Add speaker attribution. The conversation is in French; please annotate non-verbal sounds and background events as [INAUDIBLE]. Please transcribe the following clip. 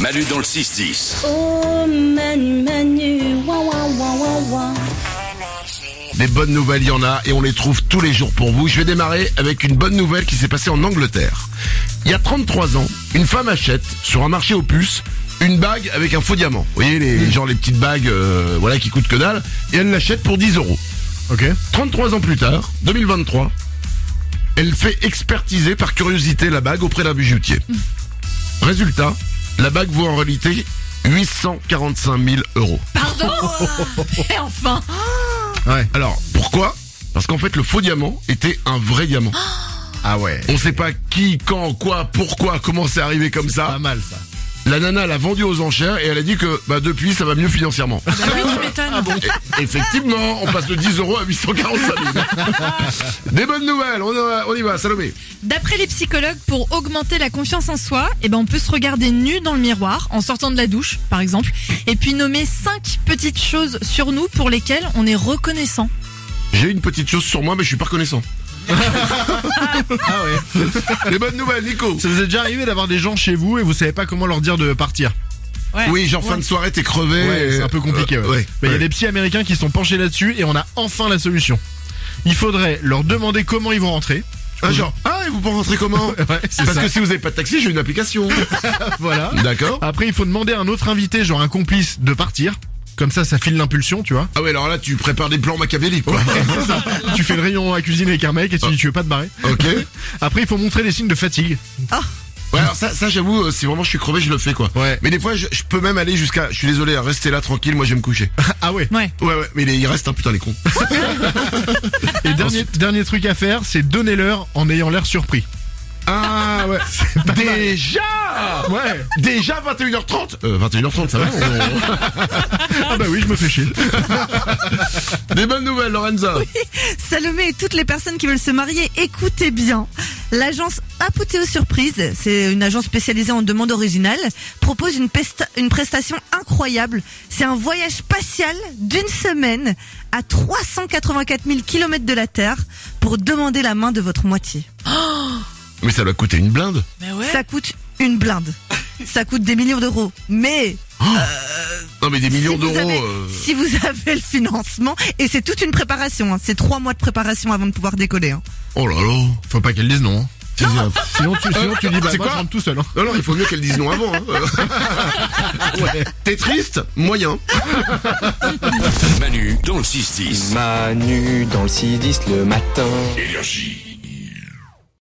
Speaker 1: Manu dans le 6-10.
Speaker 2: Oh Manu Manu, ouah ouah ouah ouah ouah.
Speaker 3: Des bonnes nouvelles, il y en a et on les trouve tous les jours pour vous. Je vais démarrer avec une bonne nouvelle qui s'est passée en Angleterre. Il y a 33 ans, une femme achète sur un marché aux puces une bague avec un faux diamant. Vous voyez les genre les petites bagues euh, voilà qui coûtent que dalle et elle l'achète pour 10 euros.
Speaker 4: Ok.
Speaker 3: 33 ans plus tard, 2023, elle fait expertiser par curiosité la bague auprès d'un bijoutier. Résultat, la bague vaut en réalité 845 000 euros.
Speaker 5: Pardon [LAUGHS] Et enfin
Speaker 4: Ouais.
Speaker 3: Alors, pourquoi Parce qu'en fait, le faux diamant était un vrai diamant.
Speaker 4: Ah ouais.
Speaker 3: On sait pas qui, quand, quoi, pourquoi, comment c'est arrivé comme ça.
Speaker 4: Pas mal ça.
Speaker 3: La nana l'a vendu aux enchères et elle a dit que bah, depuis, ça va mieux financièrement.
Speaker 4: Ah
Speaker 5: Bah oui, tu m'étonnes.
Speaker 3: Et Effectivement, on passe de 10 euros à 845 000. Des bonnes nouvelles, on y va, on y va, Salomé.
Speaker 5: D'après les psychologues, pour augmenter la confiance en soi, eh ben on peut se regarder nu dans le miroir en sortant de la douche, par exemple, et puis nommer cinq petites choses sur nous pour lesquelles on est reconnaissant.
Speaker 3: J'ai une petite chose sur moi, mais je suis pas reconnaissant.
Speaker 4: [LAUGHS] Ah ouais.
Speaker 3: Des bonnes nouvelles, Nico.
Speaker 4: Ça vous est déjà arrivé d'avoir des gens chez vous et vous savez pas comment leur dire de partir
Speaker 5: Ouais.
Speaker 3: Oui, genre fin de soirée, t'es crevé.
Speaker 4: Ouais, c'est un peu compliqué.
Speaker 3: Euh,
Speaker 4: ouais. Mais il y a des psy américains qui sont penchés là-dessus et on a enfin la solution. Il faudrait leur demander comment ils vont rentrer.
Speaker 3: Ah, genre, ah, et vous pouvez rentrer comment
Speaker 4: [LAUGHS] Ouais, c'est
Speaker 3: Parce
Speaker 4: ça.
Speaker 3: que si vous n'avez pas de taxi, j'ai une
Speaker 4: [LAUGHS]
Speaker 3: application.
Speaker 4: [LAUGHS] voilà.
Speaker 3: D'accord
Speaker 4: Après, il faut demander à un autre invité, genre un complice, de partir. Comme ça, ça file l'impulsion,
Speaker 3: [LAUGHS]
Speaker 4: tu vois.
Speaker 3: Ah ouais, alors là, tu prépares des plans machiavéliques, quoi.
Speaker 4: C'est ça. tu fais le rayon à cuisine avec un mec et tu dis tu veux pas te barrer.
Speaker 3: [LAUGHS] ok.
Speaker 4: Après, il faut montrer des signes de fatigue.
Speaker 3: Ouais, alors ça, ça j'avoue, euh, si vraiment je suis crevé, je le fais, quoi.
Speaker 4: Ouais.
Speaker 3: Mais des fois, je, je peux même aller jusqu'à. Je suis désolé, restez là tranquille, moi je vais me
Speaker 4: [LAUGHS]
Speaker 3: coucher.
Speaker 4: Ah ouais.
Speaker 5: Ouais.
Speaker 3: Ouais, ouais, mais les- il reste, hein, putain, les
Speaker 4: [LAUGHS]
Speaker 3: cons.
Speaker 4: Et
Speaker 3: Ah.
Speaker 4: dernier, dernier truc à faire, c'est donner l'heure en ayant l'air surpris.
Speaker 3: Ah ouais. Déjà
Speaker 4: Ouais.
Speaker 3: Déjà 21h30 Euh, 21h30,
Speaker 4: [LAUGHS]
Speaker 3: ça va on-
Speaker 4: Ah bah oui, je me fais chier.
Speaker 3: Des bonnes nouvelles, Lorenza.
Speaker 6: Salomé et toutes les personnes qui veulent se marier, écoutez bien. L'agence Apothéo Surprise, c'est une agence spécialisée en demande originale, propose une, pesta- une prestation incroyable. C'est un voyage spatial d'une semaine à 384 000 km de la Terre pour demander la main de votre moitié.
Speaker 3: Mais ça doit coûter une blinde.
Speaker 5: Mais ouais.
Speaker 6: Ça coûte une blinde. Ça coûte des millions d'euros. Mais
Speaker 3: Non, mais des millions
Speaker 6: si vous
Speaker 3: d'euros.
Speaker 6: avez-
Speaker 3: euh,
Speaker 6: Si vous avez le financement, et c'est toute une préparation, hein. c'est trois mois de préparation avant de pouvoir décoller. hein.
Speaker 3: Oh là là.
Speaker 4: Faut pas qu'elle dise non. hein.
Speaker 3: C'est- c'est-
Speaker 4: Sinon tu, sinon tu dis bah
Speaker 3: Ah, C'est
Speaker 4: moi
Speaker 3: quoi
Speaker 4: je rentre tout seul. hein.
Speaker 3: Non, non, il faut mieux qu'elle dise non avant. hein. Ouais. T'es triste Moyen.
Speaker 1: Manu dans le 6-10.
Speaker 7: Manu dans le 6-10 le matin.
Speaker 1: Énergie.